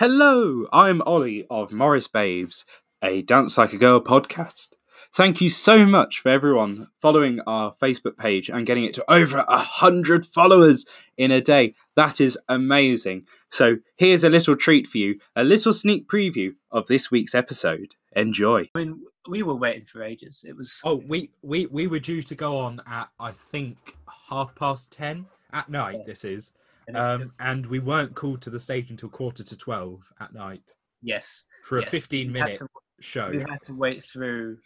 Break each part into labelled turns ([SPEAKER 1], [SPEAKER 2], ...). [SPEAKER 1] Hello, I'm Ollie of Morris Babes, a Dance Like a Girl podcast. Thank you so much for everyone following our Facebook page and getting it to over a hundred followers in a day. That is amazing. So here's a little treat for you, a little sneak preview of this week's episode. Enjoy.
[SPEAKER 2] I mean, we were waiting for ages. It was
[SPEAKER 1] Oh, we we we were due to go on at I think half past ten at night. This is, um, and we weren't called to the stage until quarter to twelve at night
[SPEAKER 2] yes,
[SPEAKER 1] for a
[SPEAKER 2] yes.
[SPEAKER 1] fifteen
[SPEAKER 2] We had
[SPEAKER 1] minute
[SPEAKER 2] to-
[SPEAKER 1] show.
[SPEAKER 2] We had to wait through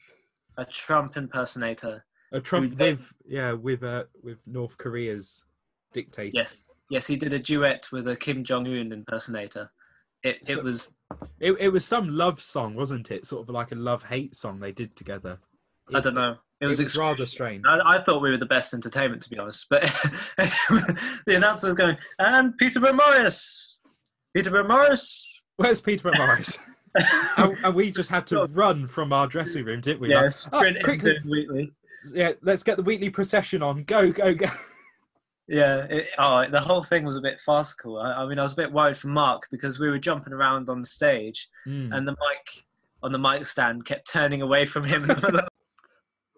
[SPEAKER 2] a Trump impersonator.
[SPEAKER 1] A Trump
[SPEAKER 2] then-
[SPEAKER 1] with yeah with uh, with North Korea's dictator.
[SPEAKER 2] Yes, yes, he did a duet with a Kim Jong Un impersonator. It it
[SPEAKER 1] So-
[SPEAKER 2] was
[SPEAKER 1] It, it was some love song, wasn't it? Sort of like a love hate song they did together.
[SPEAKER 2] I don't know. It
[SPEAKER 1] It was,
[SPEAKER 2] was, ex-
[SPEAKER 1] rather strange.
[SPEAKER 2] I, I thought we were the best entertainment, to be honest. But the announcer was going, and Peterborough Morris, Peterborough Morris.
[SPEAKER 1] Where's Peter Morris? and, and we just had to run from our dressing room, didn't we? Like,
[SPEAKER 2] yes,
[SPEAKER 1] "Ah,
[SPEAKER 2] sprint
[SPEAKER 1] quickly,
[SPEAKER 2] into Wheatley.
[SPEAKER 1] yeah, let's get the weekly procession on. Go, go, go.
[SPEAKER 2] Yeah, it, oh, the whole thing was a bit farcical. I, I mean, I was a bit worried for Mark because we were jumping around on stage,
[SPEAKER 1] Hmm.
[SPEAKER 2] and the mic on the mic stand kept turning away from him.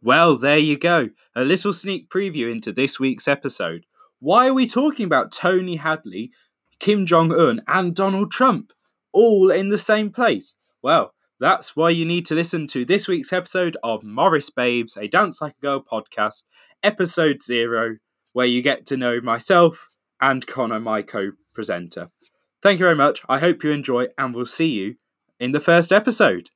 [SPEAKER 1] Well, there you go. A little sneak preview into this week's episode. Why are we talking about Tony Hadley, Kim Jong un, and Donald Trump all in the same place? Well, that's why you need to listen to this week's episode of Morris Babes, a Dance Like a Girl podcast, episode zero, where you get to know myself and Connor, my co presenter. Thank you very much. I hope you enjoy, and we'll see you in the first episode.